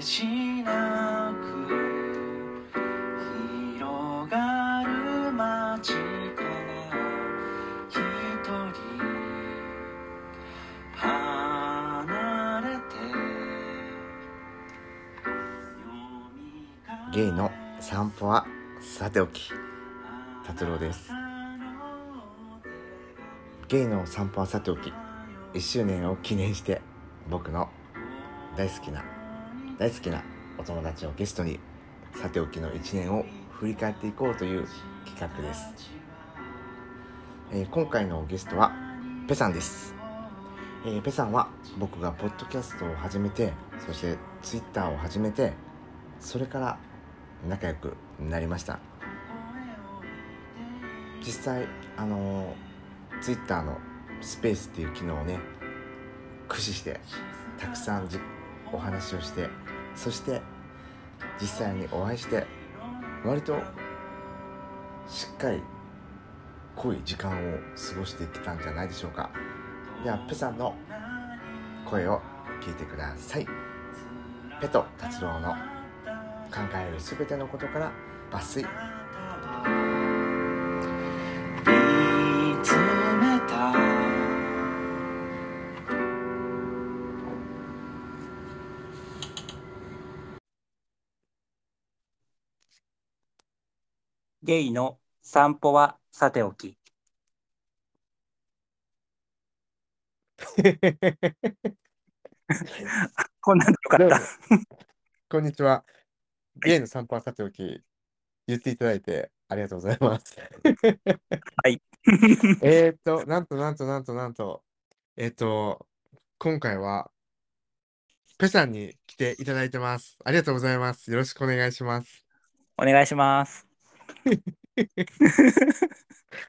しなく広がる街から一人離れてゲイの散歩はさておき達郎ですゲイの散歩はさておき1周年を記念して僕の大好きな大好きなお友達をゲストにさておきの1年を振り返っていこうという企画です、えー今回のゲストはペさんです、えーペさんは僕がポッドキャストを始めてそしてツイッターを始めてそれから仲良くなりました実際あのツイッターのスペースっていう機能をね駆使してたくさんじお話をしてそして実際にお会いして割としっかり濃い時間を過ごしてきたんじゃないでしょうかではペさんの声を聞いてくださいペと達郎の考えるすべてのことから抜粋見つめたゲイの散歩はさておき。こんなんでよかった。こんにちは。ゲイの散歩はさておき、言っていただいてありがとうございます。はい。 えーっと、なんとなんとなんとなんと、えーっと、今回は、ペさんに来ていただいてます。ありがとうございます。よろしくお願いします。お願いします。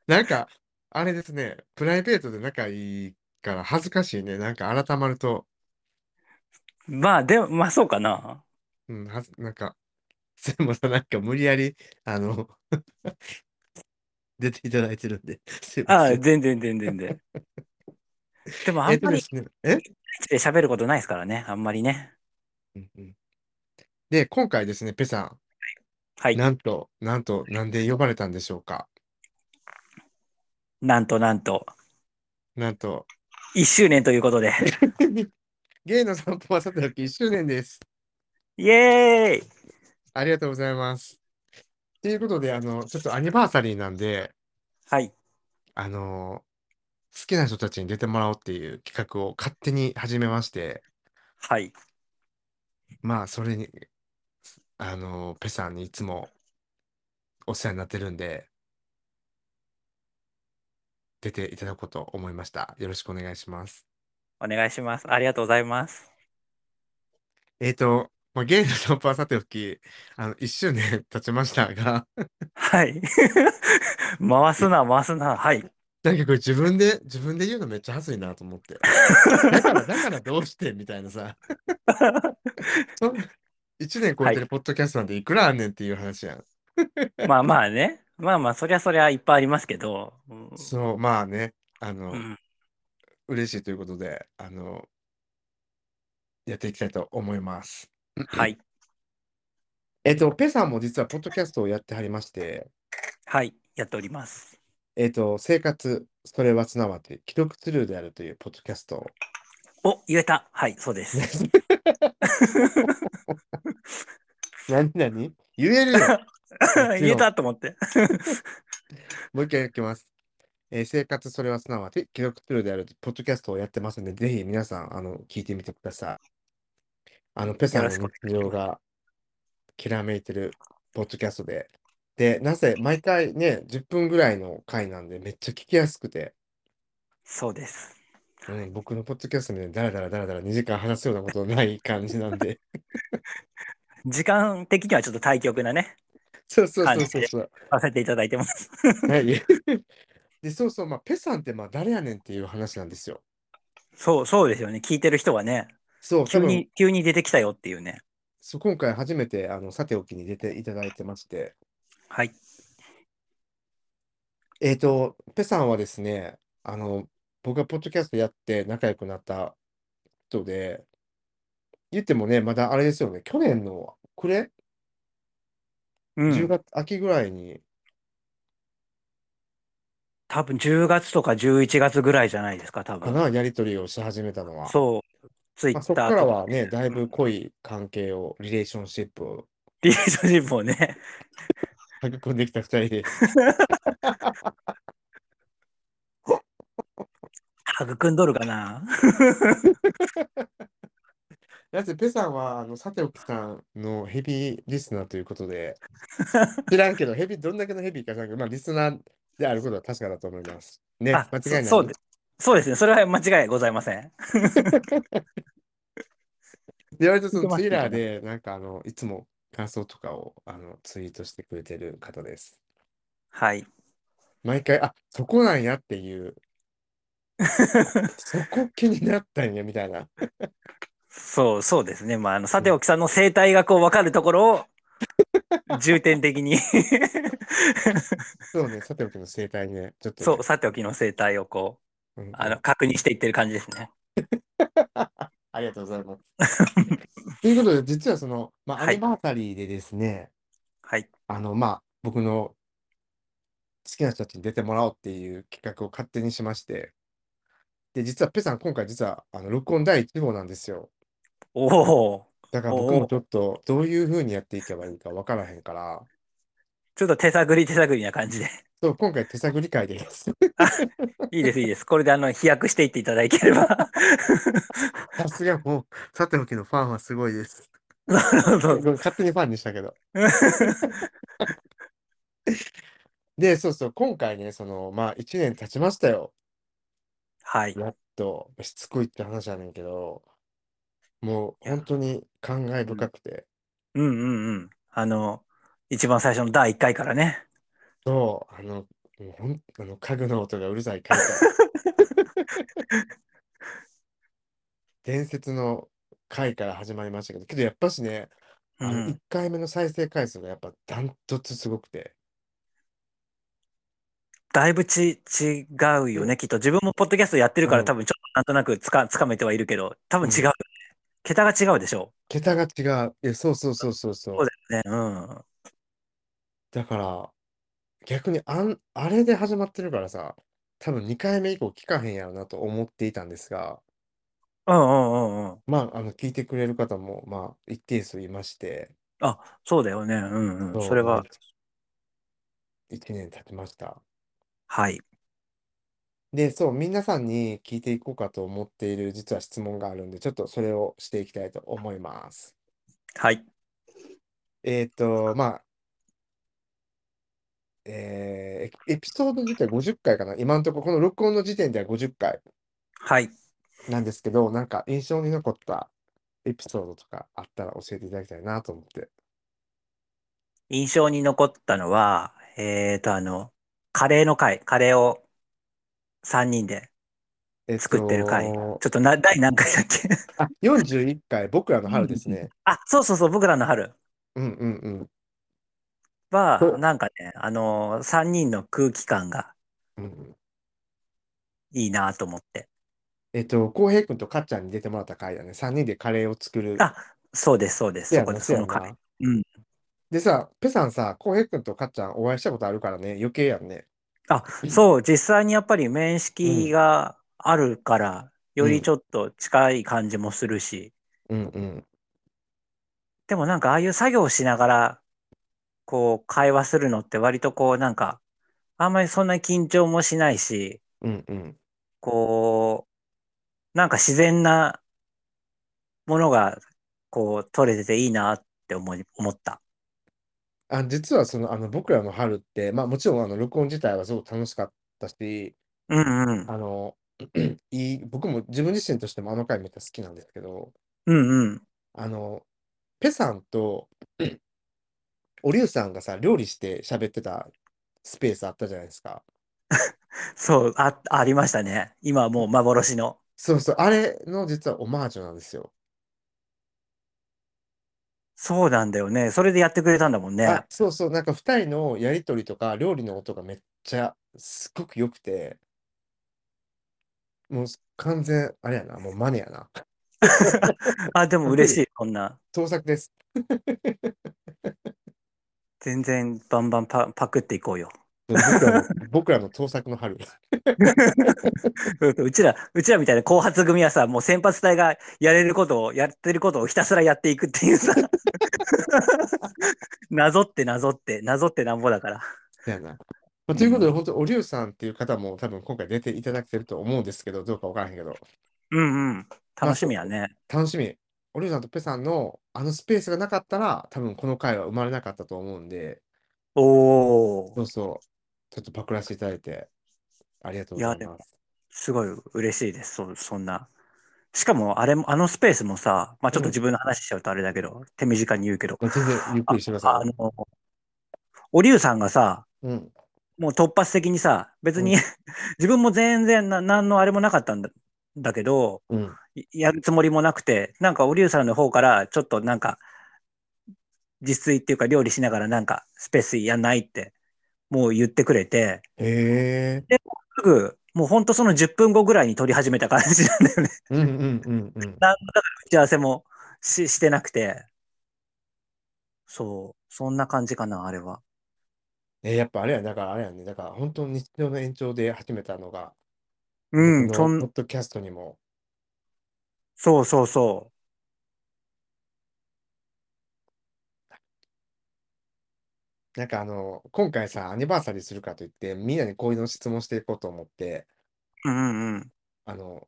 なんか、あれですね、プライベートで仲いいから恥ずかしいね。なんか改まると、まあ、でも、まあそうかな。うん、はず、なんか、でもさ、なんか無理やり、あの、 出ていただいてるんで、すいまあせあ、ん。全然全然全然。でも、あえっんとまでりすね、え喋ることないですからね。あんまりね。うんうんで、今回ですね、ペさはん、い。なんと、なんと、なんで呼ばれたんでしょうか。なんとなんと、なん と、 1周年ということで。ゲイの散歩はさておき1周年です。イエーイありがとうございます。ということで、あの、ちょっとアニバーサリーなんで、はい。あの、好きな人たちに出てもらおうっていう企画を勝手に始めまして、はい。まあ、それに、あの、ペさんにいつもお世話になってるんで、出ていただこうと思いました。よろしくお願いします。お願いします。ありがとうございます。えっと、まあ、ゲイの散歩はさておき、あの、1周年経ちましたが、はい。 回すな、回すな。はい。なんかこれ自分で、自分で言うのめっちゃ恥ずいなと思って。だから、だからどうしてみたいな さ。そ1年超えてはるポッドキャストなんていくらあんねんっていう話やん。 まあまあね。まあまあ、そりゃそりゃいっぱいありますけど。うんそう、まあね、あの、うん嬉しいということで、あの、やっていきたいと思います。はい。えっと、ペさんも実はポッドキャストをやってはりまして、はい。やっております。えっと、生活、それはすなわち、記録ツルーであるというポッドキャストを。お、言えた。はい、そ うです。何何言 えるよろん言えたと思って。もう一回やきます。えー生活、それはすなわち、記録ツルーであるポッドキャストをやってますので、ぜひ皆さん、あの、聞いてみてください。あの、ペさんのよろしくお願いしま日常すが、きらめいてるポッドキャストで。で、なぜ、毎回ね、10分ぐらいの回なんで、めっちゃ聞きやすくて、そうです。うん、僕のポッドキャストみたいにダラダラダラダラ2時間話すようなことない感じなんで。 時間的にはちょっと対極なね、そうそうそうそうそう。させていただいてます。はい。 で、そうそう、まあ、ペさんってまあ誰やねんっていう話なんですよ。そう、そうですよね。聞いてる人はね、そう、多急分に、急に出てきたよっていうね。そう今回初めてあのさておきに出ていただいてまして、はい。えっ、と、ペさんはですね、あの、僕がポッドキャストやって仲良くなった人で、言ってもね、まだあれですよね、去年の暮れ、う10ん。月、秋ぐらいに、多分10月とか11月ぐらいじゃないですか、多か分。な、やり取りをし始めたのは。そう。ツイまあ、ッそこターからとはね、だいぶうん濃い関係を、リレーションシップをリレーションシップをね。 育んできた2人です。育んどるかな。だってペさんは、あの、サテオキさんのヘビーリスナーということ で、知らんけど、ヘビ、どんだけのヘビーか知らんけど、まあ、リスナーであることは確かだと思います。ね、あ間違いない。そそうでそうですね。それは間違いございません。で、割とそ言ってのまツすイッけどターねで、なんかあの、いつも感想とかをあのツイートしてくれてる方です。はい。毎回、あ、そこなんやっていう、そこ気になったんやみたいな。そう、そうですね。まあ、あの、さておきさんの生態学を分かるところ を、重点的に そうね、さておきの生態ね、ちょっとね、そう、さておきの生態をこうんう、あの、確認していってる感じですね。ありがとうございます。 ということで、実はその、まあ、アはいニバーサリーでですね、はい。あの、まあ、僕の好きな人たちに出てもらおうっていう企画を勝手にしまして、で、実はペさん、今回実は、あの、録音第1号なんですよ。おお、だからお僕もおちょっと、どういうふうにやっていけばいいか分からへんから、ちょっと手探り手探りな感 じで。そう、今回手探り会です。いいです、いいです。これであの、飛躍していっていただけ れば。 さすがもう、さておきのファンはすごいです。そうそうそう。勝手にファンにしたけど。で、そうそう、今回ね、その、まあ、1年経ちましたよ。はい。やっと、しつこいって話やねんけど、もう、本当に感慨深くて。うんうんうん。あの、一番最初の第1回からね。そう、あの、もうほん、あの、家具の音がうるさい回から 伝説の回から始まりましたけど、けどやっぱしね、うあのん1。回目の再生回数がやっぱダントツすごくて、だいぶち違うよね、きっと。自分もポッドキャストやってるかうら、ん多分ちょっとなんとなくつかつかめてはいるけど、多分違うよね。桁が違うでしょ桁が違う。いや、そうそうそうそうそうう。。そうだよね。うん。だから、逆にあん、あれで始まってるからさ、多分2回目以降聞かへんやろなと思っていたんですが、うんうんうんうん。まあ、あの、聞いてくれる方も、まあ、一定数いまして、あ、そうだよね。うんうん。そうそれは、。 1年経ちました。はい。で、そう、皆さんに聞いていこうかと思っている、実は質問があるんで、ちょっとそれをしていきたいと思います。はい。えっと、まあ、えーエピソード自体50回かな。今のところ、この録音の時点では50回はい。なんですけど、なんか印象に残ったエピソードとかあったら教えていただきたいなと思って。印象に残ったのは、えーと、あの、カレーの回、カレーを3人で、えっ作ってる回とちょっとな、第何回だっけ あ、41回、僕らの春ですね。あ、そうそうそう、僕らの春うんうんうん。はそう、なんかね、あのー、3人の空気感がうんうんいいなと思って。えっと、浩平君とかっちゃんに出てもらった回だね。3人でカレーを作る。あ、そうです、そうです。せやそこな、で、せそやの回。な。うん。でさ、ペさんさ、浩平君とかっちゃんお会いしたことあるからね、余計やんね。あ、そう、実際にやっぱり面識があるから、ようんりちょっと近い感じもするし、うんうん。でもなんかああいう作業しながら、こう、会話するのって割とこう、なんか、あんまりそんな緊張もしないし、うんうん。こう、なんか自然なものが、こう、取れてていいなって思い、思った。あ、実はその、あの、僕らの春って、まあもちろん、あの、録音自体はすごく楽しかったし、うんうん。あの、いい、僕も自分自身としてもあの回めっちゃ好きなんですけど、うんうん。あの、ペさんと、おりゅうさんがさ、料理して喋ってたスペースあったじゃないですか。そう、あ、ありましたね。今はもう幻の。そうそう、あれの実はオマージュなんですよ。そうなんだよね。それでやってくれたんだもんねあ、。そうそう、なんか二人のやりとりとか、料理の音がめっちゃ、すごく良くて、もう完全、あれやな、もうマネやな。あ、でも嬉しい、こんな。盗作です。全然バンバンパパクっていこうよ。僕ら の僕らの盗作の春。 うちら、うちらみたいな後発組はさ、もう先発隊がやれることを、やってることをひたすらやっていくっていうさ。 なぞってなぞって、なぞってなんぼだから。だよな。まあ、ということで、本当、おりゅうさんっていう方も多分今回出ていただけてると思うんですけど、どうかわからへんけど、うんうん。楽しみやね。楽しみ。おりゅうさんとペさんのあのスペースがなかったら、多分この回は生まれなかったと思うんで、おそー、うそう、ちょっとパクらせていただいて、ありがとうございいやでまもす。すごい嬉しいです。そそんな。しかも、あれも、あのスペースもさ、まあちょっと自分の話しちゃうとあれだけど、手短に言うけど、まあ全然ゆっくりしてくださあいね。の、おりゅうさんがさ、うん。もう突発的にさ、別に、う 自分も全然な何のあれもなかったんだだけど、うん。いやるつもりもなくて、なんかおりゅうさんの方から、ちょっとなんか、自炊っていうか料理しながらなんかスペースやんないって、もう言ってくれて、へえ。すぐ、もうほんとその10分後ぐらいに撮り始めた感じなんだよね。 うんうんうんうん。何のだから打ち合わせもししてなくて。そう。そんな感じかな、あれは。えやっぱあれやね、だからあれやね、だから本当に日常の延長で始めたのが、うん、僕のそポんッ、ドキャストにも、そうそうそう。なんかあの、今回さ、アニバーサリーするかといって、みんなにこういうの質問していこうと思って、うんうんうん。あの、好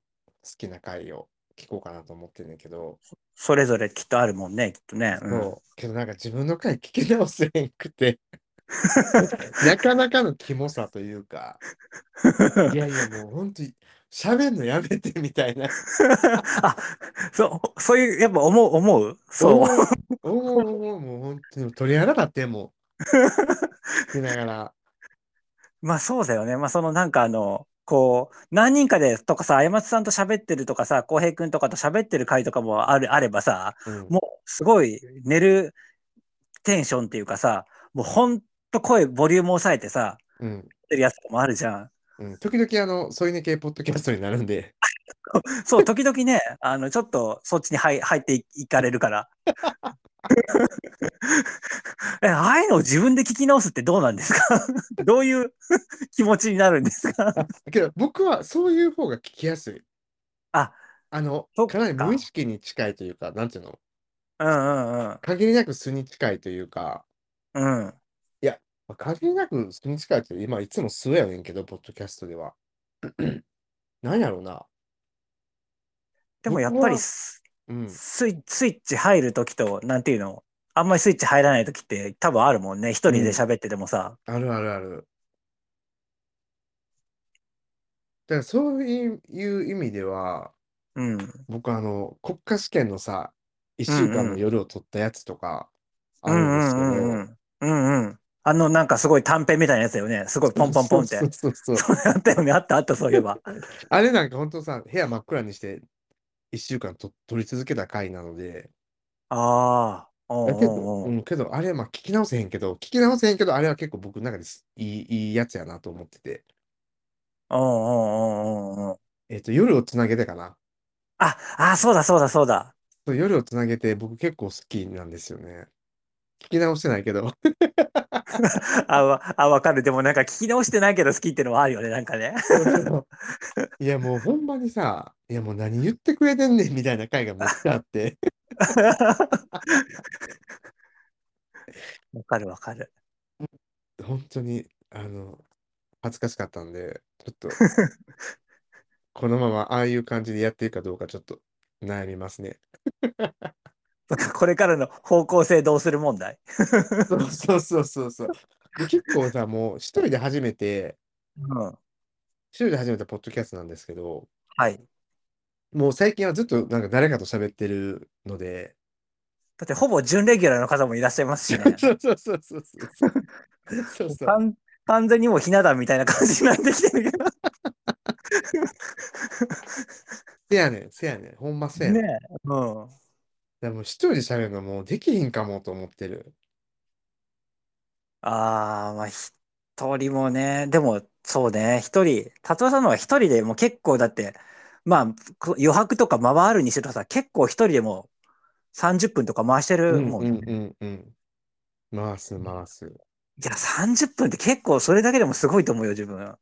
きな回を聞こうかなと思ってんだけど、それぞれきっとあるもんね、きっとね。うんそう、けどなんか自分の回聞き直せへんくて、なかなかのキモさというか、いやいやもう本当に喋んのやめてみたいな、 あ、そう、そういう、やっぱ思う、思うそう。おおおおもう本当に鳥肌立ってもう、しながら、まあそうだよね。まあそのなんかあの、こう、何人かでとかさ、あやまつさんと喋ってるとかさ、こうへいくんとかと喋ってる回とかもある、あればさ、うんもうすごい寝るテンションっていうかさ、もうほんと声、ボリューム抑えてさ、うん、やってるやつとかもあるじゃん。うん、時々あの、添い寝系ポッドキャストになるんで、そう、時々ね、あの、ちょっとそっちに入入っていいかれるから。 え、ああいうのを自分で聞き直すってどうなんですか どういう 気持ちになるんですかけど僕はそういう方が聞きやすい。あ、あの、そっかなりか無意識に近いというか、なんていうの、うんうん限りなく素に近いというか、うん。うん。まあ限りなく素に近いって、今いつも素やねんけど、ポッドキャストでは。 なんやろうな。でもやっ僕ぱりはスうん。スイスイッチ入るときと、なんていうの、あんまりスイッチ入らないときって多分あるもんね。一人で喋っててもさ。あるあるある。だからそういういう意味では、うん。僕あの、国家試験のさ、1週間うんうのん夜を取ったやつとか、あうるんんうですんけど、うんうん。うんうん。あの、なんかすごい短編みたいなやつだよね。すごいポンポンポンってそ。うそうそうそう。そうやったよね。あったあった、そうい えば。あれなんか本当さ、部屋真っ暗にして1週間と撮り続けた回なので、ああ。おうだけど、おうう、おうんけどあれ、まあ聞き直せへんけど、聞き直せへんけど、あれは結構僕の中ですいいいいやつやなと思ってて、おうおうおうおうおうえっと、夜をつなげてかな。あ、あ、そうだそうだそうだ。そう夜をつなげて僕結構好きなんですよね。聞き直してないけど、あ、わあ、わかる。でもなんか聞き直してないけど好きってのはあるよね、な んかね。いやもうほんまにさ、いやもう何言ってくれてんねんみたいな回がめっちゃあって、 わかるわかる。本当に、あの、恥ずかしかったんで、ちょっ と、このままああいう感じでやっていいかどうかちょっと悩みますね。なんか これからの方向性どうする問題。そうそうそうそうそう。で結構さ、もう一人で初めて、うん。一人で始めたポッドキャストなんですけど、はい。もう最近はずっとなんか誰かと喋ってるので、だってほぼ準レギュラーの方もいらっしゃいますしね。そうそうそうそうそう。 そうそう。完完全にもうひな壇みたいな感じになってきてるけど。せやねん、せやねん。ほんませやねん。ねえ。うん。でもう一人で喋るのもうできひんかもと思ってる。ああ、まあ、一人もね、でも、そうね、一人、達夫さんのは一人でもう結構だって、まあ、こ余白とか回るにしろさ、結構一人でも30分とか回してるもんね。うんうんうんうん。回す回す。いや、30分って結構それだけでもすごいと思うよ、自分。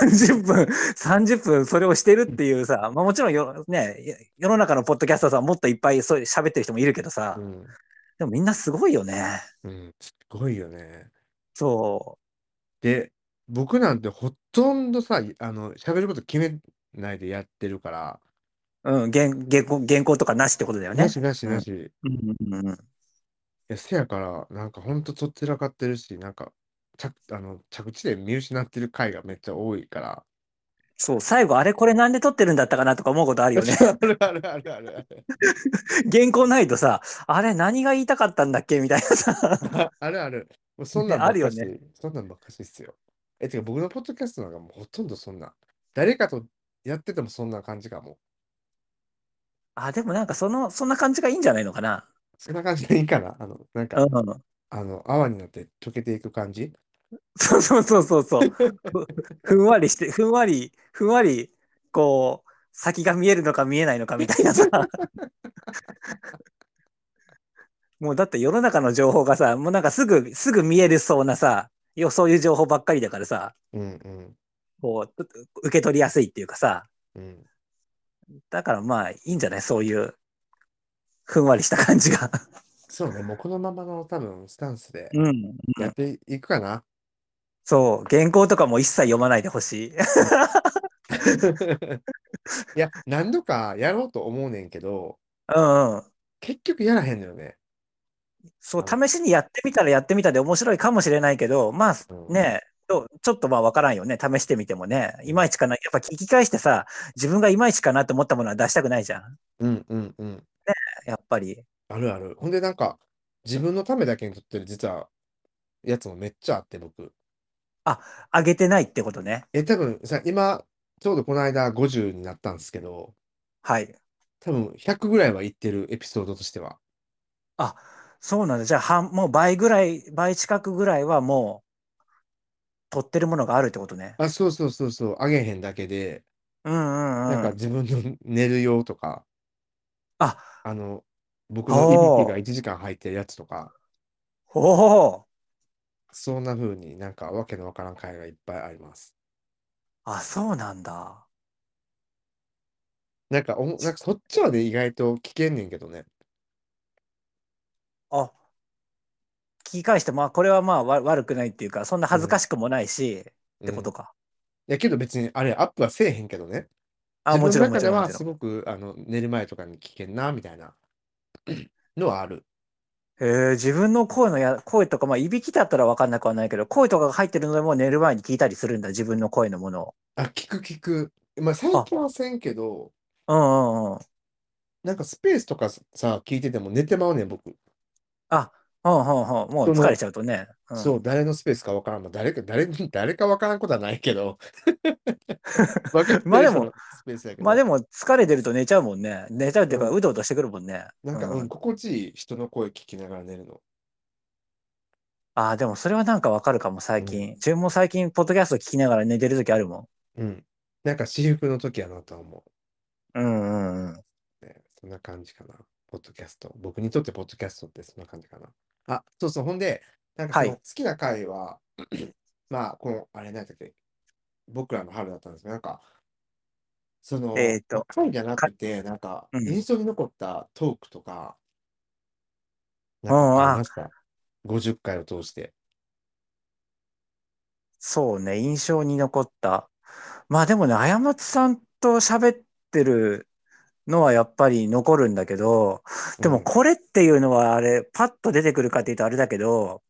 30分、30分それをしてるっていうさ、まあもちろんよ、ね、よ世の中のポッドキャスターさんはもっといっぱいそう喋ってる人もいるけどさう、ん。でもみんなすごいよね。うん。すごいよね。そで、僕なんてほとんどさ、あの、喋ること決めないでやってるから、う。うん、原原稿原稿とかなしってことだよなね。しなしなし。いうんうんうん、や、せやから、なんかほんととっちらかってるし、なんか、着、あの、着地で見失ってる回がめっちゃ多いから。。そう、最後あれこれなんで撮ってるんだったかなとか思うことあるよね あるあるあるあるあ る。原稿ないとさ、あれ何が言いたかったんだっけみたいなさ。あるある。もうそんなんばっかし、そんなんばっかしっすよ。え、てか僕のポッドキャストなんかもうほとんどそんな。誰かとやっててもそんな感じかも。あ、でもなんかその、そんな感じがいいんじゃないのかな。そんな感じでいいかなあの、なんか、うん。あの、泡になって溶けていく感じそうそうそうそうそう。ふふんわりして、ふんわり、ふんわり、こう、先が見えるのか見えないのかみたいなさ。もうだって世の中の情報がさ、もうなんかすぐ、すぐ見えるそうなさ、よそういう情報ばっかりだからさ、うんうんこう、受け取りやすいっていうかさ、うん。だからまあいいんじゃないそういう、ふんわりした感じが。そうね、もうこのままの多分スタンスでうん。やっていくかな。そう、原稿とかも一切読まないでほしい。 いや、何度かやろうと思うねんけど、うんうん。結局やらへんのよね。そう、あ試しにやってみたらやってみたで面白いかもしれないけど、まあうんね、どうちょっとまあ分からんよね、試してみてもね、いまいちかな、やっぱ聞き返してさ、自分がいまいちかなと思ったものは出したくないじゃん、うんうんうん。やっぱり。あるある。ほんで、なんか、自分のためだけに撮ってる、実は、やつもめっちゃあって、僕。上げてないってことね。え、多分さ、今、ちょうどこの間50になったんですけど、はい。多分100ぐらいはいってる、エピソードとしては。あ、そうなんだ。じゃあ、半もう倍ぐらい、倍近くぐらいはもう、取ってるものがあるってことね。あ、そうそうそうそう、あげへんだけで、うんうんなんうかん。自分の寝る用とか、あ、あの、僕のいびきが1時間入ってるやつとか、おお。そんな風になんかわけのわからん回がいっぱいあります。あ、そうなんだ。なんかおも、なんかそっちはね、意外と聞けんねんけどね。あ、聞き返して、まあ、これはまあわ悪くないっていうか、そんな恥ずかしくもないし、ってこうんとか。いやけど別にあれアップはせえへんけどね。あ、もち自ろ分の中ん、もちでろん、もはちすろん。ごくあの寝る前とかに聞けんなみたいなのはある。へえ自分の声のや、声とか、まあ、いびきだったら分かんなくはないけど、声とかが入ってるのでも寝る前に聞いたりするんだ、自分の声のものを。あ、聞く聞く。まあ最近はせんけど、うんうんうん。なんかスペースとかさ、聞いてても寝てまうねん、僕。うんうんうん。もう疲れちゃうとね。うんそう、誰のスペースかわからん。まあ、誰か、誰に、誰かわからんことはないけ ど。わかってるまあで人ものスペースやけど。まあでも、疲れてると寝ちゃうもんね。寝ちゃうっていうか、ううどうとしてくるもんね。なんか、ううん、心地いい人の声聞きながら寝るの。ああ、でもそれはなんか分かるかも、最うん近。自分も最近、ポッドキャスト聞きながら寝てる時あるもうん。なんか、私服の時やなとは思ん。うんうんうん。う、ね。そんな感じかな。ポッドキャスト。僕にとって、ポッドキャストってそんな感じかな。あ、そうそう。ほんで、なんかその、はい好きな回は、 まあ、この、あれ、なんだっけ、僕らの春だったんですけど、なんか、その、えーと回じゃなくて、なんか、うん印象に残ったトークとか、んなんかありました。50回を通して。そうね、印象に残った。まあでもね、過松さんと喋ってるのはやっぱり残るんだけど、でもうんこれっていうのはあれ、パッと出てくるかっていうとあれだけど、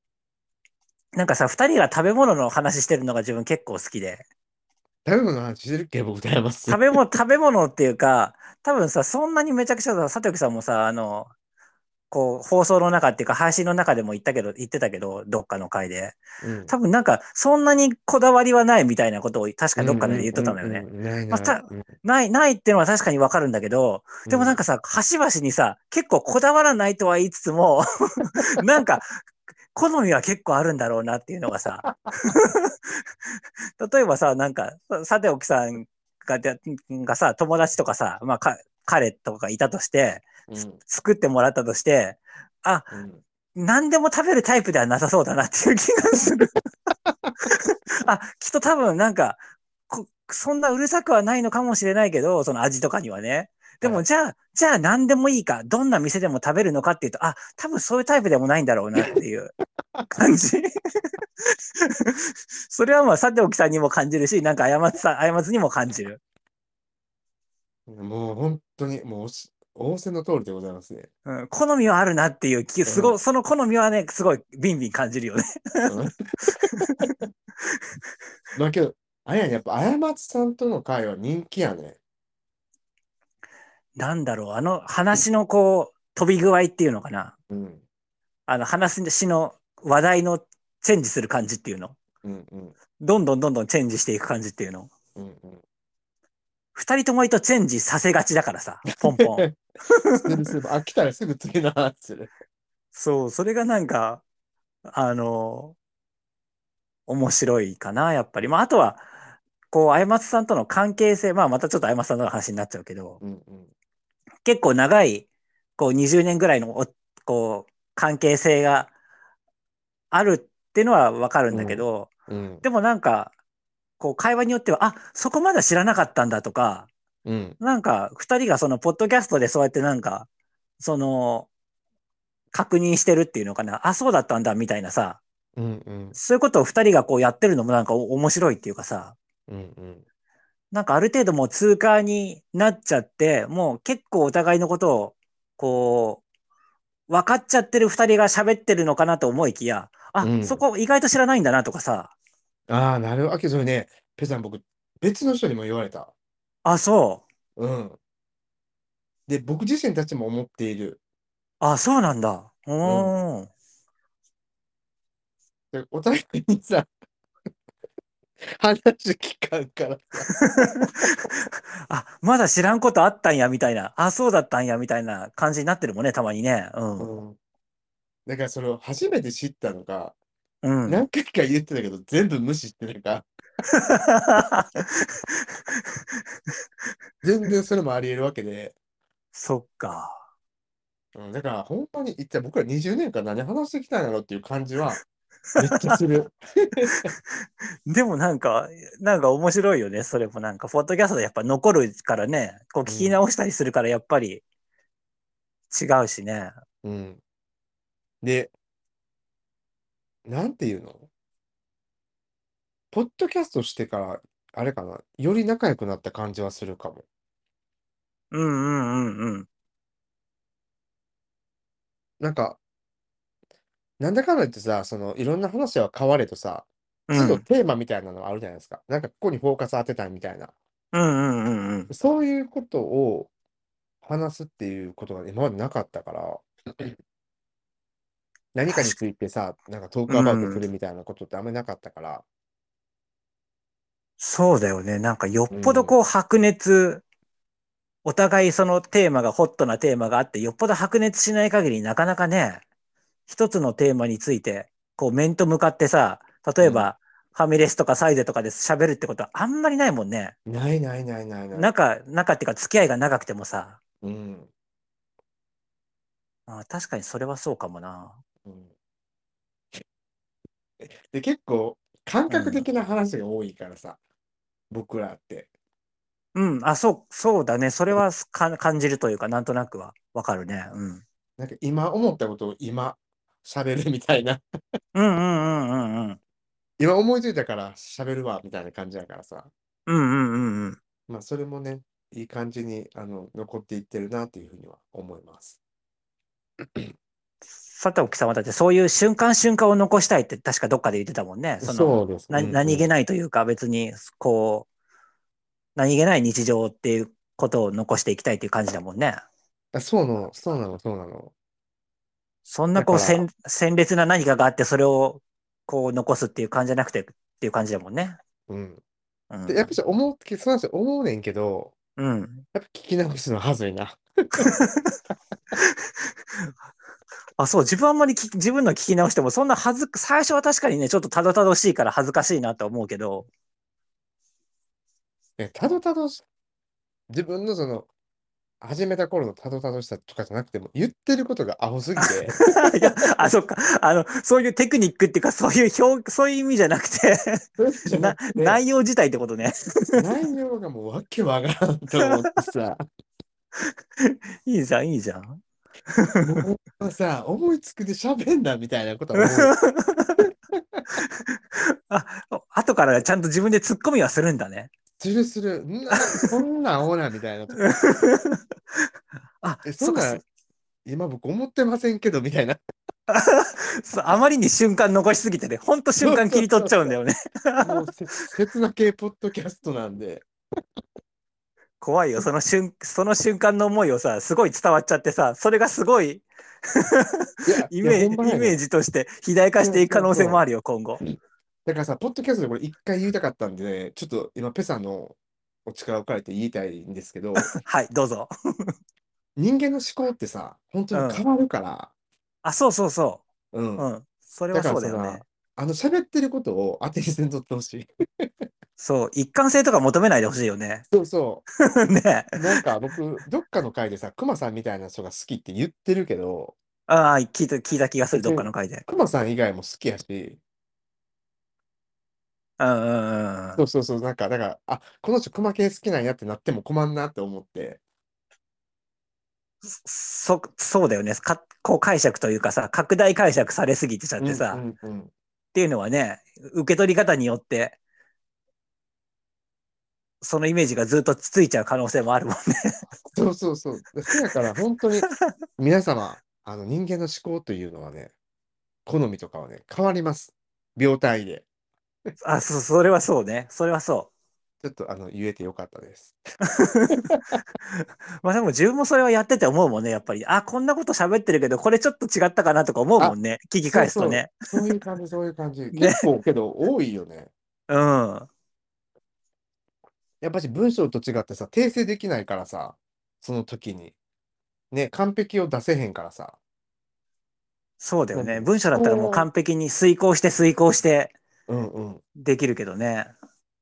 なんかさ、二人が食べ物の話してるのが自分結構好きで、 食べ物の話してるっけ僕、歌います。食べ物、食べ物っていうか、多分さ、そんなにめちゃくちゃさ、佐藤さんもさ、あの、こう、放送の中っていうか、配信の中でも言ったけど、言ってたけど、どっかの回で。うん多分なんか、そんなにこだわりはないみたいなことを確かどっかで言っとったんだよね。うんうんうんうん。ないまなあたうんない、ないってのは確かにわかるんだけど、でもなんかさ、端々にさ、結構こだわらないとは言いつ つも、なんか、好みは結構あるんだろう なっていうのがさ、例えばさ、なんか、ささておきさんがでがさ、友達とかさ、まあか、彼とかいたとして、うん作ってもらったとして、あ、うん何でも食べるタイプではなさそうだなっていう気がす る。あ、きっと多分なんかこ、そんなうるさくはないのかもしれないけど、その味とかにはね。ではもいじゃあ、じゃあ何でもいいか、どんな店でも食べるのかっていうと、あ、多分そういうタイプでもないんだろうなって いう感じ。それはまあ、さておきさんにも感じるし、なんか過つさん、過つにも感じる。もう本当に、もうおし、仰せの通りでございますね。うん、好みはあるなっていう気、すうご、その好みはね、すごいビンビン感じるよね。うんまあけど、あれやね、やっぱ、あやまつさんとの会は人気やね。なんだろう、あの話のこう、飛び具合っていうのかな。うん。あの話しの話題のチェンジする感じっていうの。うんうん。どんどんどんどんチェンジしていく感じっていうの。うんうん。二人とも割とチェンジさせがちだからさ、ポンポン。するする飽きたらすぐ次の話する。そう、それがなんか、あの、面白いかな、やっぱり。まあ、あとは、こう、あやまつさんとの関係性、まあ、またちょっとあやまつさんとの話になっちゃうけど、うんうん。結構長い、こう、20年ぐらいのお、こう、関係性があるっていうのはわかるんだけど、うんでもなんか、こう、会話によっては、あ、そこまで知らなかったんだとか、うん。なんか、二人がその、ポッドキャストでそうやってなんか、その、確認してるっていうのかな。あ、そうだったんだ、みたいなさ。うんうん。そういうことを二人がこうやってるのもなんかお面白いっていうかさ。うんうん。なんかある程度もう通過になっちゃって、もう結構お互いのことを、こう、分かっちゃってる二人が喋ってるのかなと思いきや、あ、うんそこ意外と知らないんだなとかさ。ああ、なるわけそれね、ペさん、僕、別の人にも言われた。あ、そう。うん。で、僕自身たちも思っている。あ、そうなんだ。うーん。でお互いにさ、 話聞かんから。あ、まだ知らんことあったんや、みたいな。あ、そうだったんや、みたいな感じになってるもんね、たまにね。うん。うん。だから、それを初めて知ったのが、うん。 何回か言ってたけど、全部無視して、なんか、全然それもあり得るわけで。そっか。うん、だから、ほんまに一体僕ら20年間何話してきたんやろっていう感じは、めっちゃす る。でもなんか、なんか面白いよね、それもなんか、ポッドキャストでやっぱ残るからね、こう聞き直したりするから、やっぱり違うしね。うん。で、なんていうのポッドキャストしてから、あれかな、より仲良くなった感じはするかも。うんうんうんうん。なんか、なんだかんだ言ってさ、その、いろんな話は変われとさ、うちょっとんテーマみたいなのあるじゃないですか。なんかここにフォーカス当てたいみたいな。うんうんうん。そういうことを話すっていうことが今までなかった から、何かについてさ、なんかトークアバウトするみたいなことってあんまりなかったから、そうだよね。なんかよっぽどこう白熱、お互いそのテーマが、ホットなテーマがあって、よっぽど白熱しない限りなかなかね、一つのテーマについて、こう面と向かってさ、例えば、ファミレスとかサイゼとかで喋るってことはあんまりないもんね。ないないないないない。仲、仲っていうか付き合いが長くてもさ。うん。あ確かにそれはそうかもな。うんで、結構、感覚的な話が多いからさ、僕らって。うん、あ、そう、そうだね。それはか感じるというか、なんとなくはわかるね。うん。なんか今思ったことを今喋るみたいな。 うんうんうんうんうん。今思いついたから喋るわみたいな感じだからさ。うんうんうんうん。まあ、それもね、いい感じにあの残っていってるなというふうには思います。佐藤貴様だってそういう瞬間瞬間を残したいって確かどっかで言ってたもんね。そのうですな何気い。ないというか別にこう何気ない日常っていうことを残していきたいっていう感じだもんね。あそうなの、そうなの、そうなの。そんなこうだから鮮鮮烈な何かがあってそれをこう残すっていう感じじゃなくてっていう感じだもんね。うん。うんで、やっぱり思う、その話思うねんけど、うん、やっぱ聞き直すのはずいな。 あそう自分あんまり聞き自分の聞き直してもそんなはず最初は確かにねちょっとたどたどしいから恥ずかしいなと思うけどえ、たどたどし、自分のその、始めた頃のたどたどしさとかじゃなくても、言ってることがアホすぎ て、 いや、あ、そっか。あの、そういうテクニックっていうか、そういう表、そういう意味じゃなくて、それじゃななくて内容自体ってことね。内容がもうわけわからんと思って さ、いいじゃん、いいじゃん。もうさ、思いつくで喋んなみたいなことは思う。 あ、後からちゃんと自分で突っ込みはするんだね。するする、んな、そんなんアホなみたいなとか。 あ、え、そそんうなかん、今僕思ってませんけど、みたいな。そうあまりに瞬間残しすぎてね、ほんと瞬間切り取っちゃうんだよね。もう、せ 切な系ポッドキャストなんで。 怖いよ、その瞬、その瞬間の思いをさ、すごい伝わっちゃってさ、それがすごいいや、 イメいやほんまーやジ、イねメージとして肥大化していく可能性もあるよ、今後。だからさ、ポッドキャストでこれ一回言いたかったんでね、ちょっと今、ペさんのお力を借りて言いたいんですけ ど、はい、どうぞ。人間の思考ってさ、本当に変わるから、あ、そうそうそうん。う。うん。それだはかそらうだよさね。、あの、喋ってることを当てにせんとってほしい。 そう、一貫性とか求めないでほしいよね。 そうそね。う。なんか僕、どっかの回でさ、クマさんみたいな人が好きって言ってるけど、ああ、聞いた、聞いた気がする、どっかの回で。クマさん以外も好きやし、うんうんうんうんそ。うそうそう、なんか、だから、あ、この人クマ系好きなんやってなっても困んなって思って、そ、そうだよね。か、こう解釈というかさ、拡大解釈されすぎてちゃってさ、うっんうんうんていうのはね、受け取り方によって、そのイメージがずっとつついちゃう可能性もあるもんね。そうそうそう。せやから本当に皆様、あの人間の思考というのはね、好みとかはね、変わります。秒単位で。 あ、そ、それはそうね。それはそちょっとあの言えてよかったです。う。まあでも自分もそれはやってて思うもんね、やっぱり。あ、こんなこと喋ってるけど、これちょっと違ったかなとか思うもんね。聞き返すとね。そういう感じ、そういう感じ。結構けど多いよね。うん。やっぱし文章と違ってさ、訂正できないからさ、その時に。ね、完璧を出せへんからさ。そうだようね。ん文章だったらもう完璧に遂行して遂行してうんうん。できるけどね。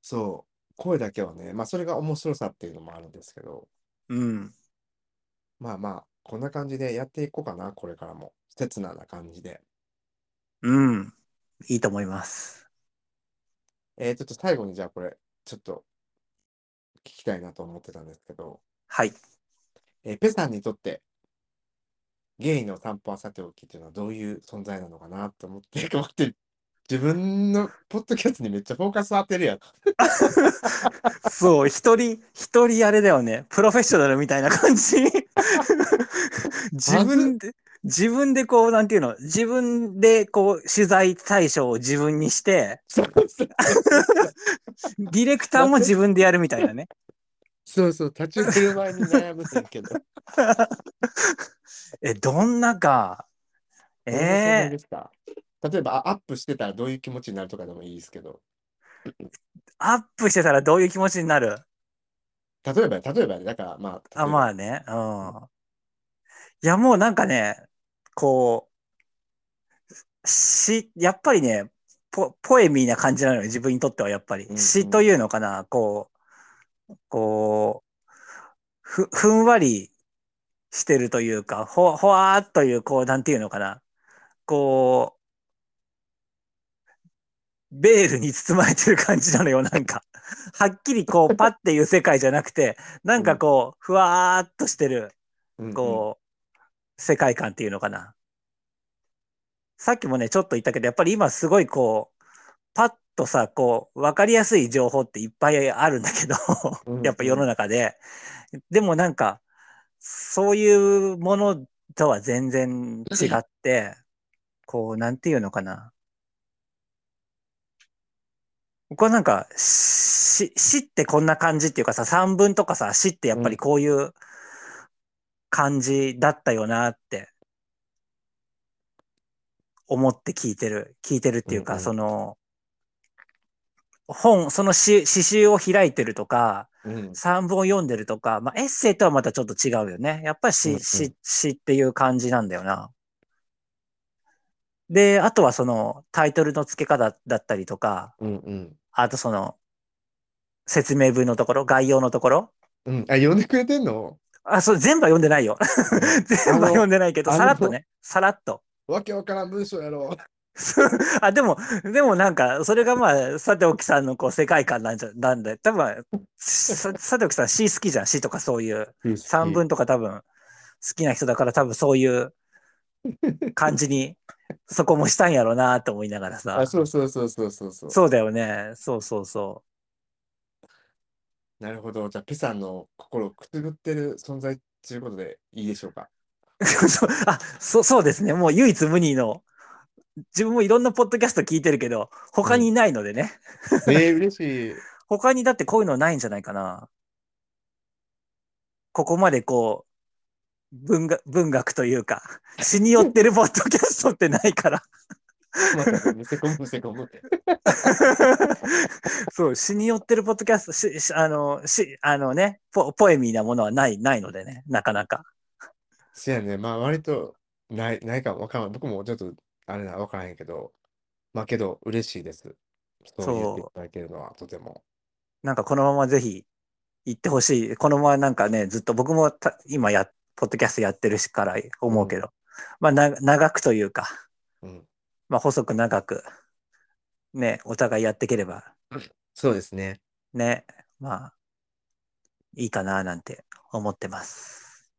そう。声だけはね、まあそれが面白さっていうのもあるんですけど、うん。まあまあ、こんな感じでやっていこうかな、これからも。刹那な感じで。うん。いいと思います。えー、ちょっと最後にじゃあこれ、ちょっと聞きたいなと思ってたんですけど、はい。えーペさんにとって、ゲイの散歩はさておきっていうのはどういう存在なのかなと思って、 待って、自分のポッドキャストにめっちゃフォーカス当てるやん。そう、一人、一人あれだよね。プロフェッショナルみたいな 感じ。自分で、自分でこう、なんていうの、自分でこう、取材対象を自分 にして、ディレクターも自分でやるみたいな ね。 そうそう、立ち振る舞いに悩むねんけ ど。え、どんなか。どんな存在ええですか例えばあアップしてたらどういう気持ちになるとかでもいいですけど、アップしてたらどういう気持ちになる例えば、例えばね、だからまあ、あ、まあ、あね。うん。いや、もうなんかね、こう、詩、やっぱりね、ポ、ポエミーな感じなのよ、自分にとってはやっぱりうんう。ん詩というのかな、こう、こう、ふ、ふんわりしてるというか、ほ、ほわーっという、こう、なんていうのかな。こう、ベールに包まれてる感じなのよ、な んか。はっきりこう、パっていう世界じゃなくて、なんかこう、ふわーっとしてる。うんうんこう、世界観っていうのかな。さっきもね、ちょっと言ったけど、やっぱり今すごいこう、パッとさ、こう、わかりやすい情報っていっぱいあるんだけどうんう、んやっぱ世の中で。でもなんか、そういうものとは全然違って、こう、なんていうのかな。これなんか、し、死ってこんな感じっていうかさ、散文とかさ、死ってやっぱりこういう感じだったよなって、思って聞いてる、聞いてるっていうか、うんうんその、本、その詩、詩集を開いてるとか、うん散文を読んでるとか、まあ、エッセイとはまたちょっと違うよね。やっぱり詩、うんうん詩詩っていう感じなんだよな。で、あとはそのタイトルの付け方だったりとか、うんうんあとその、説明文のところ、概要のところ。うん。あ、呼んでくれてんのあ、そう、全部は読んでないよ。 全部は読んでないけど、あのさらっとね、さらっと。 わけわからん文章やろ。あ、でも、でもなんか、それがまあ、佐藤きさんのこう世界観なんじゃ、なんで、多 分、さ佐藤きさん詩好きじゃん、詩とかそういう、散文とか多分、好きな人だから多分そういう 感じに、そこもしたんやろうなと思いながらさあ、。そうそうそうそうそうそう。そうだよね。そうそうそなるほど。じゃあ、ペさんの心をくすぐってる存在ということでいいでしょうか。う。 そうあ、そう、そうですね。もう唯一無二の、自分もいろんなポッドキャスト聞いてるけど、他にいないのでね。 えー、嬉しい。他にだってこういうのないんじゃないかな。ここまでこう、文学、文学とい うか、死に寄ってるポッドキャストってないから。むせ込む、むせ込む。 そう、死に寄ってるポッドキャスト、し、しあの、し、あのね、ポ、ポエミーなものはない、ないのでね、なかなか。そうやね。まあ、割とない、ないかもわからん。僕もちょっと、あれな、わからへんけど。まあ、けど、嬉しいです。そう言っていただけるのは、とても。なんかこのままぜひ行ってほしい。このままなんかね、ずっと僕もた今や、ポッドキャストやってるしから思うけど、まあな長くというか、うん。まあ細く長く、ね、お互いやっていければ、そうですね。ね、まあ、いいかななんて思ってます。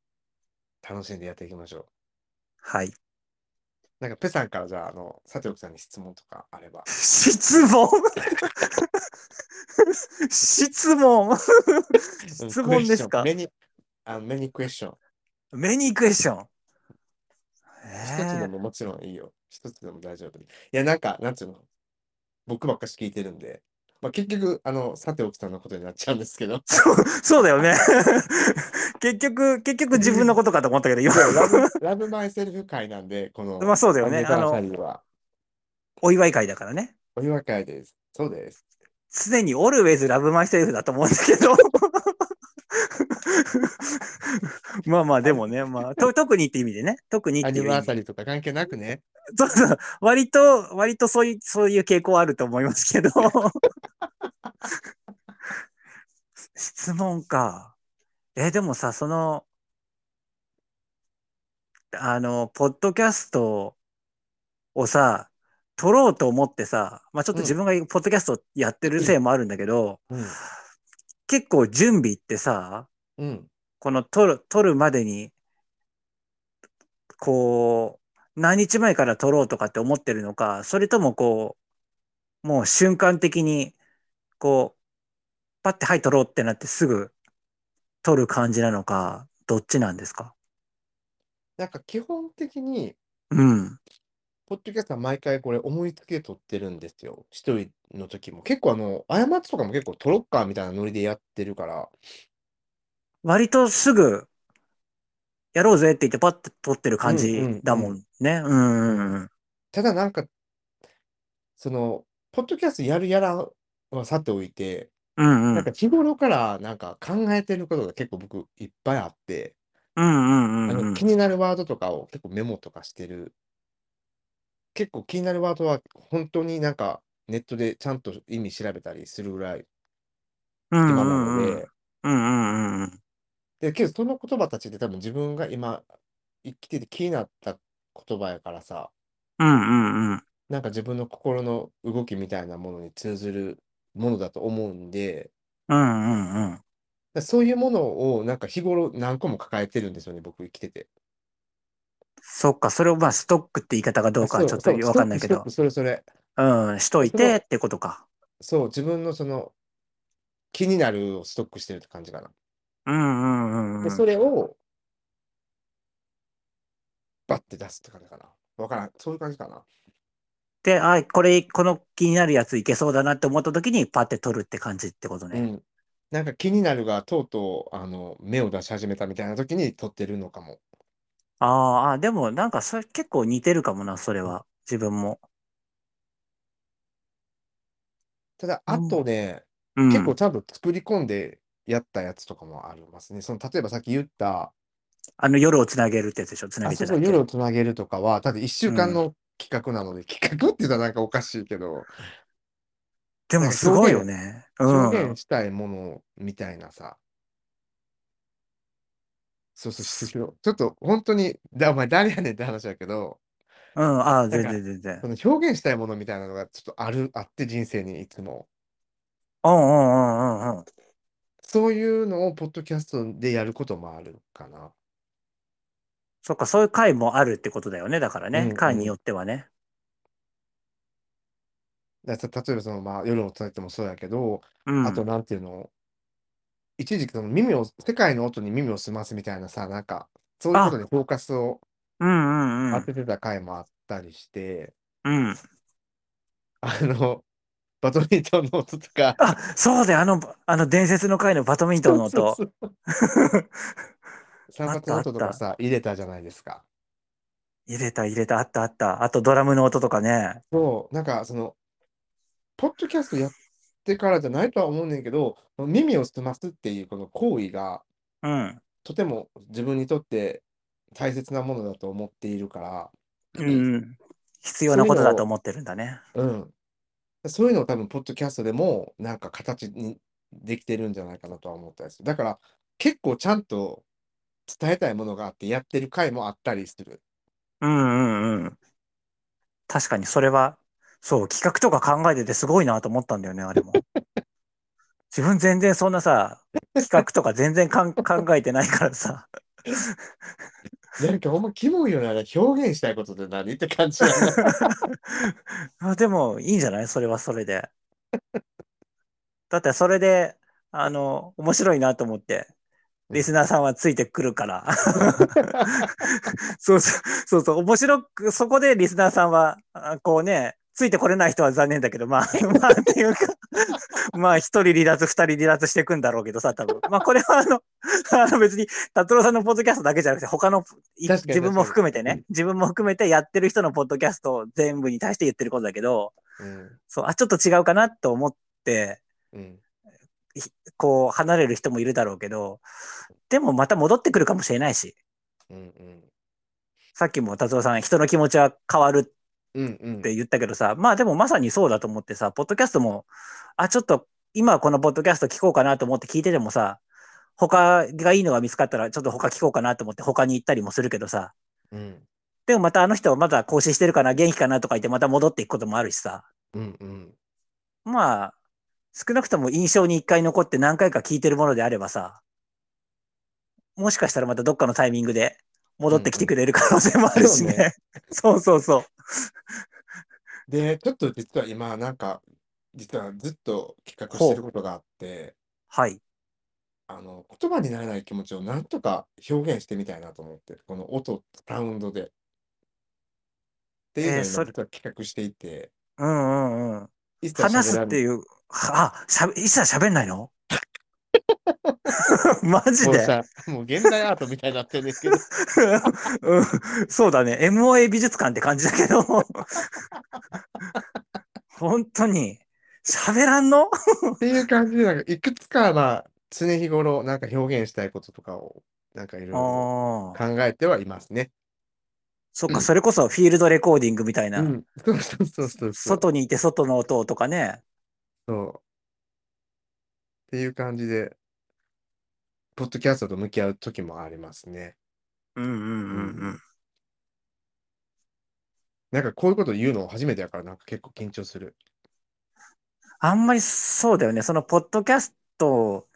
楽しんでやっていきましょう。はい。なんか、ペさんから、じゃあ、あの、佐藤さんに質問とかあれ ば。質問質問質問ですかメニ、あメニクエスチョン。メニークエスチョン。一つでももちろんいいよ。一つでも大丈夫。いや、なんか、なんつうの。僕ばっかし聞いてるんで。まあ、結局、あの、さておきさんのことになっちゃうんですけど。そう、そうだよね。結局、結局自分のことかと思ったけど、今、ラブ、 ラブマイセルフ会なんで、この、まあそうだよね。アニバあーサの、リーは、お祝い会だからね。お祝い会です。そうです。常に always love myself だと思うんだけど。 まあまあ、でもね、まあ、と特にって意味でね。特にアっていニう意バーサ味。リーとか関係なくね。そうそう。割と、割とそういう、そういう傾向はあると思いますけど。 質問か。え、でもさ、その、あの、ポッドキャストをさ、撮ろうと思ってさ、まあちょっうとん自分がポッドキャストやってるせいもあるんだけど、うん。結構準備ってさ、うん。この撮る、撮るまでに、こう、何日前から撮ろうとかって思ってるのか、それともこう、もう瞬間的に、こう、パッてはい撮ろうってなってすぐ撮る感じなのか、どっちなんですかなんか、基本的に、うん。ポッドキャストは毎回これ思いつきで撮ってるんですよ。一人の時も。結構あの、過ちとかも結構トロッカーみたいなノリでやってるから。割とすぐ、やろうぜって言ってパッて撮ってるう感んうんうじんだもんね。うんうんうん。ただなんか、その、ポッドキャストやるやらはさておいて、うんうなんんか。日頃からなんか考えてることが結構僕いっぱいあって、うんうんあうんうのん。気になるワードとかを結構メモとかしてる。結構気になるワードは本当になんかネットでちゃんと意味調べたりするぐらいうん今うなんのうで、ん。うんうんうんうん。で、けどその言葉たちって多分自分が今生きてて気になった言葉やからさ、うんうんうん。なんか自分の心の動きみたいなものに通ずるものだと思うんで、うんうんうん。だそういうものをなんか日頃何個も抱えてるんですよね、僕生きてて。そっか、それをまあストックって言い方かどうかそはうちょっとそうわかんないけストッどク、ストックそれそれ。うん、しといてってことか。そう、自分のその気になるをストックしてるって感じかな。うんうんうんうで、ん。それをバッて出すって感じかな。わからん。そういう感じかな。で、あ、これ、この気になるやついけそうだなって思った時にパッて取るって感じってことうね。ん。なんか気になるがとうとうあの芽を出し始めたみたいな時に撮ってるのかも。あーあ、でもなんかそれ結構似てるかもな、それは。自分も。ただ、うんあとね、うん。結構ちゃんと作り込んでやったやつとかもありますね。その例えばさっき言った、あの夜をつなげるってやつでしょ、つなあげそてうたそっう、け夜をつなげるとかは、ただ1週間うん の企画なので、企画って言ったらなんかおかしいけど、でもすごいよね。うん。表現したいものみたいなさ。そうそう、ちょっと本当に、だお前誰やねんって話だけど、うん、ああ、全然全然そ。の表現したいものみたいなのがちょっとある、あって人生にいつも。うんうんうんうんうん。そういうのをポッドキャストでやることもあるかな。そっか、そういう回もあるってことだよね。だからうんねう、ん回によってはね。だから例えばその、まあ、夜の伝えてもそうやけど、うん。あとなんていうの、一時期その耳を、世界の音に耳を澄ますみたいなさ、なんか、そういうことにフォーカスをうんうんう当ん。ててた回もあったりして、うん。あの、バドミントンの音とか、あ、そうだよ。あの、あの伝説の回のバドミントンのそう音そ。うそう散髪の音とかさ、入れたじゃないですか。 入れた入れた、あったあった。あとドラムの音とかね。そう、なんかその、ポッドキャストやってからじゃないとは思うねんけど、耳を澄ますっていうこの行為が、うん。とても自分にとって大切なものだと思っているから、うん。必要なことだと思ってるんだね。うん。そういうのを多分、ポッドキャストでも、なんか形にできてるんじゃないかなとは思ったりする。だから、結構ちゃんと伝えたいものがあって、やってる回もあったりする。うんうんうん。確かにそれは、そう、企画とか考えててすごいなと思ったんだよね、あ れも。自分全然そんなさ、企画とか全然かん考えてないからさ。なんか、ほんま、キモいよな、あれ表現したいことって何って感じだなあでも、いいんじゃないそれはそれで。だってそれで、あの、面白いなと思って、リスナーさんはついてく るから。そうそう、そうそう、面白く、そこでリスナーさんは、あこうね、ついてこれない人は残念だけ ど、まあ、まあ、っていうか、まあ、一人離脱、二人離脱していくんだろうけどさ、多分。まあ、これはあの、あの別に、達郎さんのポッドキャストだけじゃなくて、他の、い確かに自分確もか含にめてね、自分も含めてやってる人のポッドキャスト全部に対して言ってることだけど、うんそう、あ、ちょっと違うかなと思って、うんこう、離れる人もいるだろうけど、でもまた戻ってくるかもしれないし、うんうんさっきも達郎さん、人の気持ちは変わるってうんうんって言ったけどさ、まあでもまさにそうだと思ってさ、ポッドキャストも、あ、ちょっと今このポッドキャスト聞こうかなと思って聞いててもさ、他がいいのが見つかったら、ちょっと他聞こうかなと思って他に行ったりもするけどさ、うんでもまたあの人はまだ更新してるかな、元気かなとか言ってまた戻っていくこともあるしさ、うんうんまあ、少なくとも印象に一回残って何回か聞いてるものであればさ、もしかしたらまたどっかのタイミングで戻ってきてくれる可能性もあるしうんうんそうね。 そうそうそう。で、ちょっと実は今、なんか、実はずっと企画してることがあって、はい。あの、言葉にならない気持ちをなんとか表現してみたいなと思って、この音、サウンドで。っていうのをえ今ーそれ実は企画していて、うんうんうん。一切話す喋らってう。いう、はあ、しゃべ、一切喋んないの マジもうで、さ、もう現代アートみたいになってるんですけど、 うん、そうだね。MOA 美術館って感じだけど。 本当に。喋らんのっていう感じで、なんか、いくつか、まあ、常日頃、なんか表現したいこととかを、なんかいろいろああ。考えてはいますね。そっうんか、それこそフィールドレコーディングみたいうな。ん、 そうそうそうそうそう。外にいて外の音とかね。そう。っていう感じで、ポッドキャストと向き合う時もありますね。うんうんうんなんかこういうこと言うの初めてやから、なんか結構緊張する。あんまりそうだよね。その、ポッドキャストを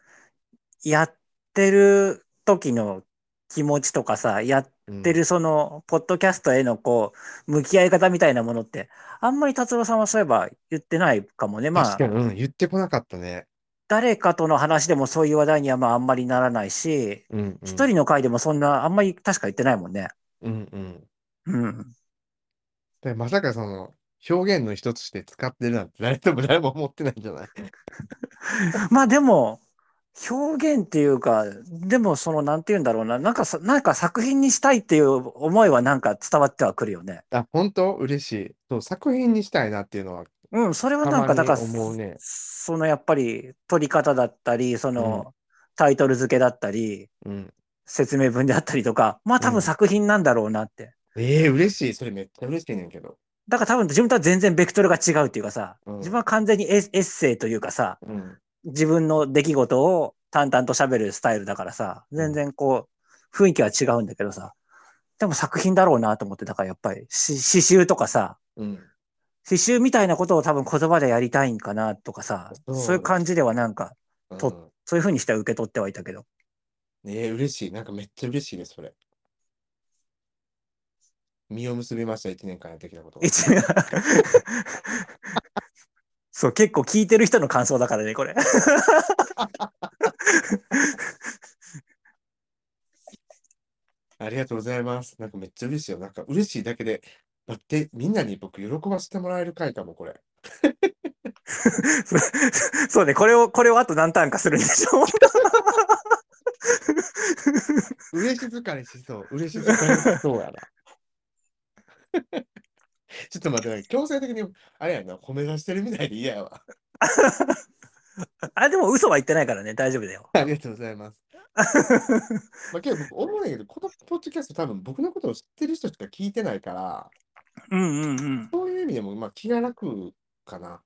やってる時の気持ちとかさ、やっうんってるそのポッドキャストへのこう向き合い方みたいなものってあんまり達郎さんはそういえば言ってないかもねまあ確かに、うん、言ってこなかったね。誰かとの話でもそういう話題にはまああんまりならないしうん、うん。一、人の回でもそんなあんまり確か言ってないもんね。うん、うん。うん、でまさかその、表現の一つとして使ってるなんて誰とも誰も思ってないんじゃない まあでも表現っていうかでもそのなんて言うんだろうななんかさなんか作品にしたいっていう思いはなんか伝わってはくるよね。あ、本当嬉しい。そう、作品にしたいなっていうのは、うん、それはたなんか、だまかにら、思うね。そのやっぱり取り方だったり、その、タイトル付けだったり、うん。説明文であったりとか、まあ多うん分作品なんだろうなって。ええー、嬉しい。それめっちゃ嬉しいねんけど。だから多分自分とは全然ベクトルが違うっていうかさ、うん自分は完全にエエッセイというかさ、うん。自分の出来事を淡々と喋るスタイルだからさ、全然こう、雰囲気は違うんだけどさ、でも作品だろうなと思って、だからやっぱりし刺繍とかさ、うん。刺繍みたいなことを多分言葉でやりたいんかなとかさ、そうそういう感じではなんか、うんとそういうふうにしては受け取ってはいたけど。ねえ、嬉しい。なんかめっちゃ嬉しいです、それ。身を結びました、1年間やってきたこと。一 応そう、結構聞いてる人の感想だからね、これ。 ありがとうございます。なんかめっちゃ嬉しいよ。なんか嬉しいだけで、だってみんなに僕喜ばせてもらえる回かも、これ。そうね、これを、これをあと何ターンかするんでしょ嬉し疲れしそう。嬉し疲れし そうやな。ちょっと待ってなんか、強制的に、あれやな、褒め出してるみたいで嫌やわ。あ、でも嘘は言ってないからね、大丈夫だよ。 ありがとうございます。まあ、けど僕、思うんだけど、このポッドキャスト多分僕のことを知ってる人しか聞いてないから、うんうんうん。そういう意味でも、まあ、気が楽かな。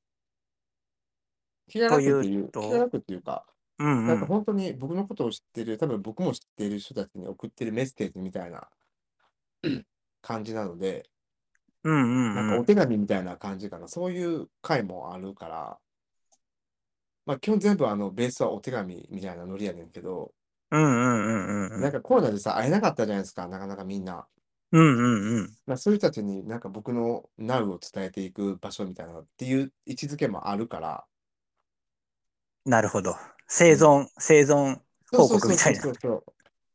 気が楽とっていういう、と気が楽っていうか、うんうなんかん、本当に僕のことを知ってる、多分僕も知ってる人たちに送ってるメッセージみたい な感じなので、うんうんなんかうおん。手紙みたいな感じかな。そういう回もあるから、まあ基本全部あのベースはお手紙みたいなノリやねんけど、うんうんうんうんうなんん。かコロナでさ、会えなかったじゃないですか、なかなかみんな。うんうんうん。まあ、そういう人たちになんか僕の Now を伝えていく場所みたいなっていう位置づけもあるから、なるほど。生存、生存報そう告そうみたそういなそう。そう。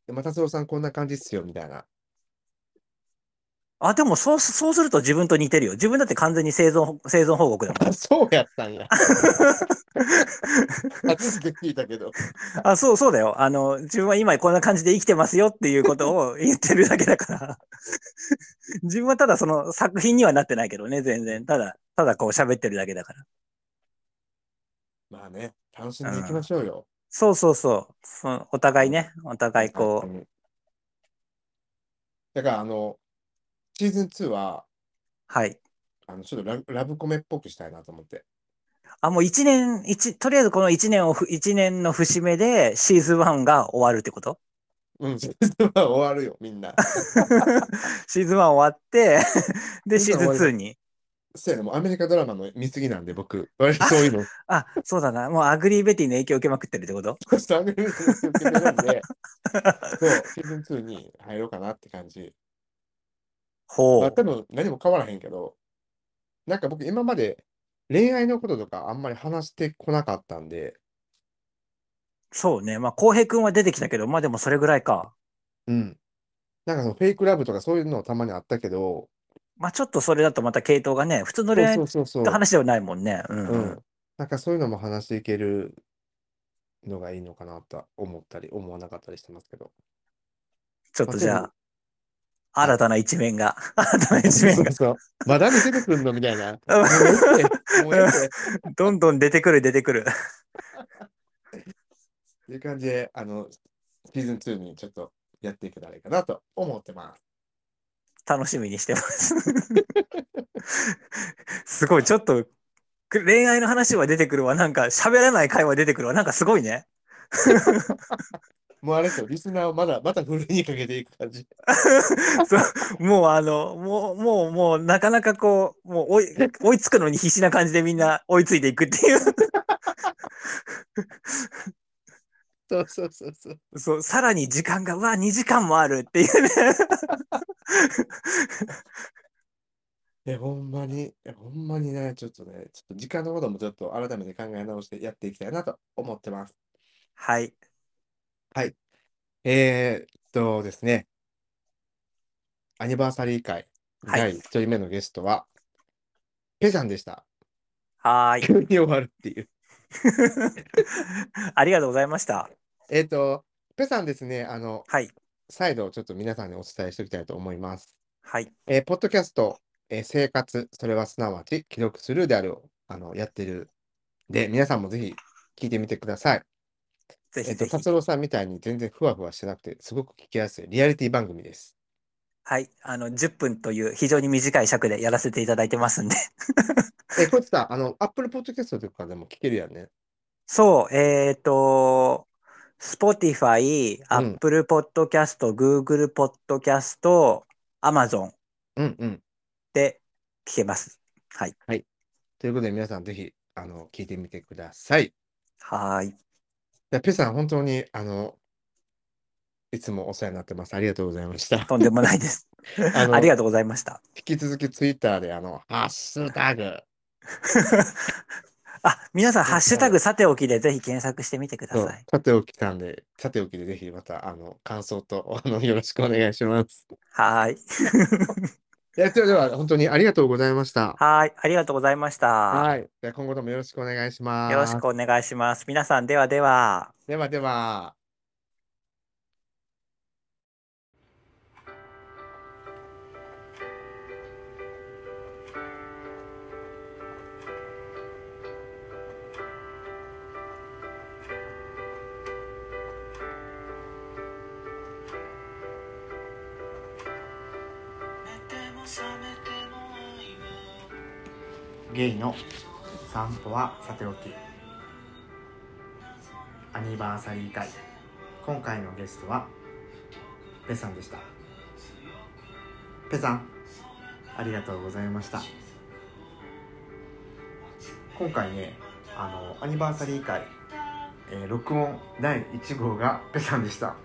でまた達郎さんこんな感じっすよみたいな。あ、でもそう、そうすると自分と似てるよ。自分だって完全に生存、生存報告だもん。あ、そうやった んや。初めて聞いたけど。あ、そう、そうだよ。あの、自分は今こんな感じで生きてますよっていうこと を言ってるだけだから。自分はただその作品にはなってないけどね、全然。ただ、ただこう喋ってるだけだから。まあね、楽しんでいきましょうよ。そうそうそう。そうお互いね、お互いこう。だから、あの、シーズン2は、う、はい。あのちょっとラブラブコメっぽくしたいなと思って。あ、もう一年、一、とりあえずこの一年をふ、一年の節目でシーズン1が終わるってことうん、シ ーズンは終わるよ、みん な。シーズン1終わって、で、シシーズン終ーズンわりだ2に。そうやね、もうアメリカドラマの見過ぎなんで、僕。割とそういう の。あ、そうだな。もうアグリーベティの影響を受けまくってるってことちょっとアメリカの影響受けてるんで、そう、シーズン2に入ろうかなって感じ。まほあ、う。多分何も変わらへんけど、なんか僕今まで恋愛のこととかあんまり話してこなかったんで、そうね。まあ、浩平くんは出てきたけど、まあでもそれぐらいか。うん。なんかそのフェイクラブとかそういうのたまにあったけど、まあちょっとそれだとまた系統がね、普通のそう恋愛そのうそうそう。話ではないもんね。うんう。うんん。なんかそういうのも話していけるのがいいのかなと思ったり、思わなかったりしてますけど。ちょっとじまあでゃもあ、新たな一面が、新たな一 面が、そうそうまだ見せてくんのみたい な。もうんうええって、もうええって。どんどん出てくる出てくる。という感じで、あの、シーズン2にちょっとやっていけたらいいかなと思ってます。楽しみにしてます。すごい、ちょっと、く恋愛の話は出てくるわ、なんか喋らない会話出てくるわ、なんかすごいね。もうあれですよ、リスナーをまだ、またふるいにかけていく感じ。そうもうあの、もう、もう、もう、なかなかこう、もう追い、追いつくのに必死な感じでみんな追いついていくっていう。そうそうそうそう。そう、さらに時間が、うわ、2時間もあるっていうね。え、ほんまに、えほんまにね、ちょっとね、ちょっと時間のこともちょっと改めて考え直してやっていきたいなと思ってます。はい。えー、っとですね、アニバーサリー会、はい第1人目のゲストは、ペさんでした。はーい。急に終わるっていう。ありがとうございました。えーっと、ペさんですね、あの、はい。再度ちょっと皆さんにお伝えしておきたいと思います。はい。えーポッドキャスト、えー生活、それはすなわち記録するであるをあのやってる。で、皆さんもぜひ聞いてみてください。ぜえひっと、ぜひ。達郎さんみたいに全然ふわふわしてなくて、すごく聞きやすいリアリティ番組です。はい。あの、10分という非常に短い尺でやらせていただいてますんで。え、こいつさ、あの、Apple Podcast とかでも聞けるやんね。そう、えっと、Spotify、うん Apple Podcast、Google Podcast、Amazon うんうん。で聞けます。はい。ということで、皆さんぜひ、あの、聞いてみてください。はーい。でペさん、本当に、あの、いつもお世話になってます。ありがとうございま した。とんでもないです。 あのありがとうございました。 引き続きツイッターで、あの、ハッシュタグ、あ、皆さん、ハッシュタグさておきでぜひ検索してみてくだそうさい。さておきたんで、さておきでぜひまた、あの、感想と、あ の、よろしくお願いします。はーい。いや、それでは、本当にありがとうございました。はーい。ありがとうございました。はい。じゃあ今後ともよろしくお願いします。よろしくお願いします。皆さん、ではでは。ではでは。寝ても覚めても愛をゲイの散歩はさておきアニバーサリー会今回のゲストはペさんでしたペさんありがとうございました今回ねあのアニバーサリー会、えー録音第1号がペさんでした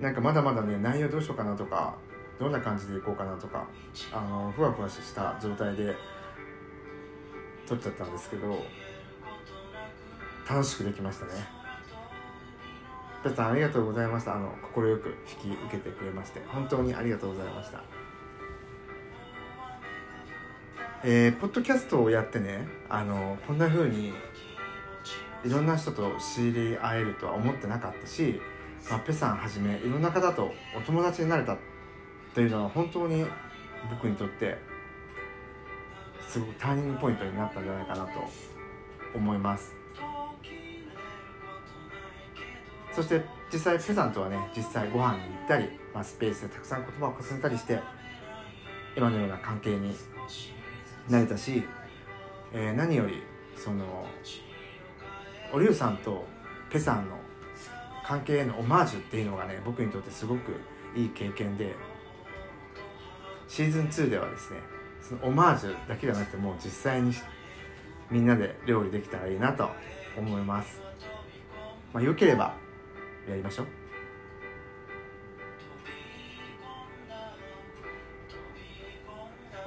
なんかまだまだね内容どうしようかなとかどんな感じでいこうかなとかあのふわふわした状態で撮っちゃったんですけど楽しくできましたねペッさんありがとうございましたあの快く引き受けてくれまして本当にありがとうございましたえーポッドキャストをやってねあのこんな風にいろんな人と知り合えるとは思ってなかったし、まあ、ペさんはじめいろんな方とお友達になれたっていうのは本当に僕にとってすごくターニングポイントになったんじゃないかなと思いますそして実際ペさんとはね実際ご飯に行ったり、まあ、スペースでたくさん言葉を重ねたりして今のような関係になれたし、えー何よりそのおりゅうさんとペさんの関係へのオマージュっていうのがね僕にとってすごくいい経験でシーズン2ではですねそのオマージュだけじゃなくてもう実際にしみんなで料理できたらいいなと思いますまあ良ければやりましょう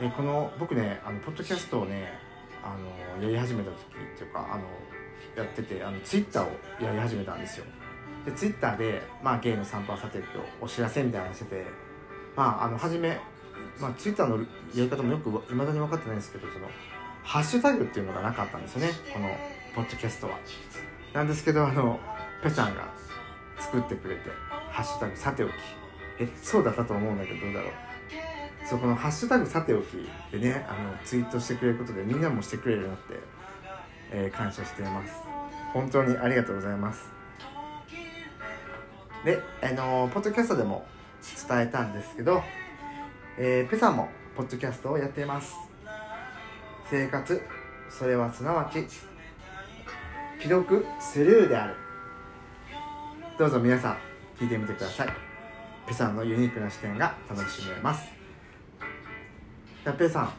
えこの僕ねあのポッドキャストをねあのやり始めた時っていうかあのやっててあのツイッターをやり始めたんですよでツイッターで、まあ、ゲイの散歩はさておきをお知らせみたいなのしててまああの初めまあ、ツイッターのやり方もよくいまだに分かってないんですけどそのハッシュタグっていうのがなかったんですよねこのポッドキャストはなんですけどあのペちゃんが作ってくれて「ハッシュタグさておき」えそうだったと思うんだけどどうだろうそうこの「ハッシュタグさておき」でねあのツイートしてくれることでみんなもしてくれるようになって、えー感謝しています本当にありがとうございますであのポッドキャストでも伝えたんですけどえーペさんもポッドキャストをやっています生活それはすなわち既読スルーであるどうぞ皆さん聞いてみてくださいペさんのユニークな視点が楽しめますじゃあペさん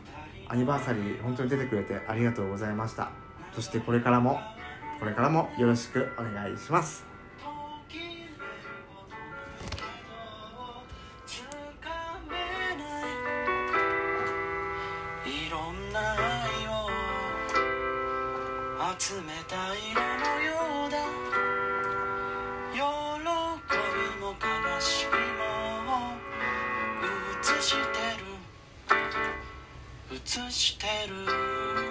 アニバーサリー本当に出てくれてありがとうございましたそしてこれからもこれからもよろしくお願いしますつかめないいろんな愛を集めた色のようだ喜びも悲しみも映してる映してる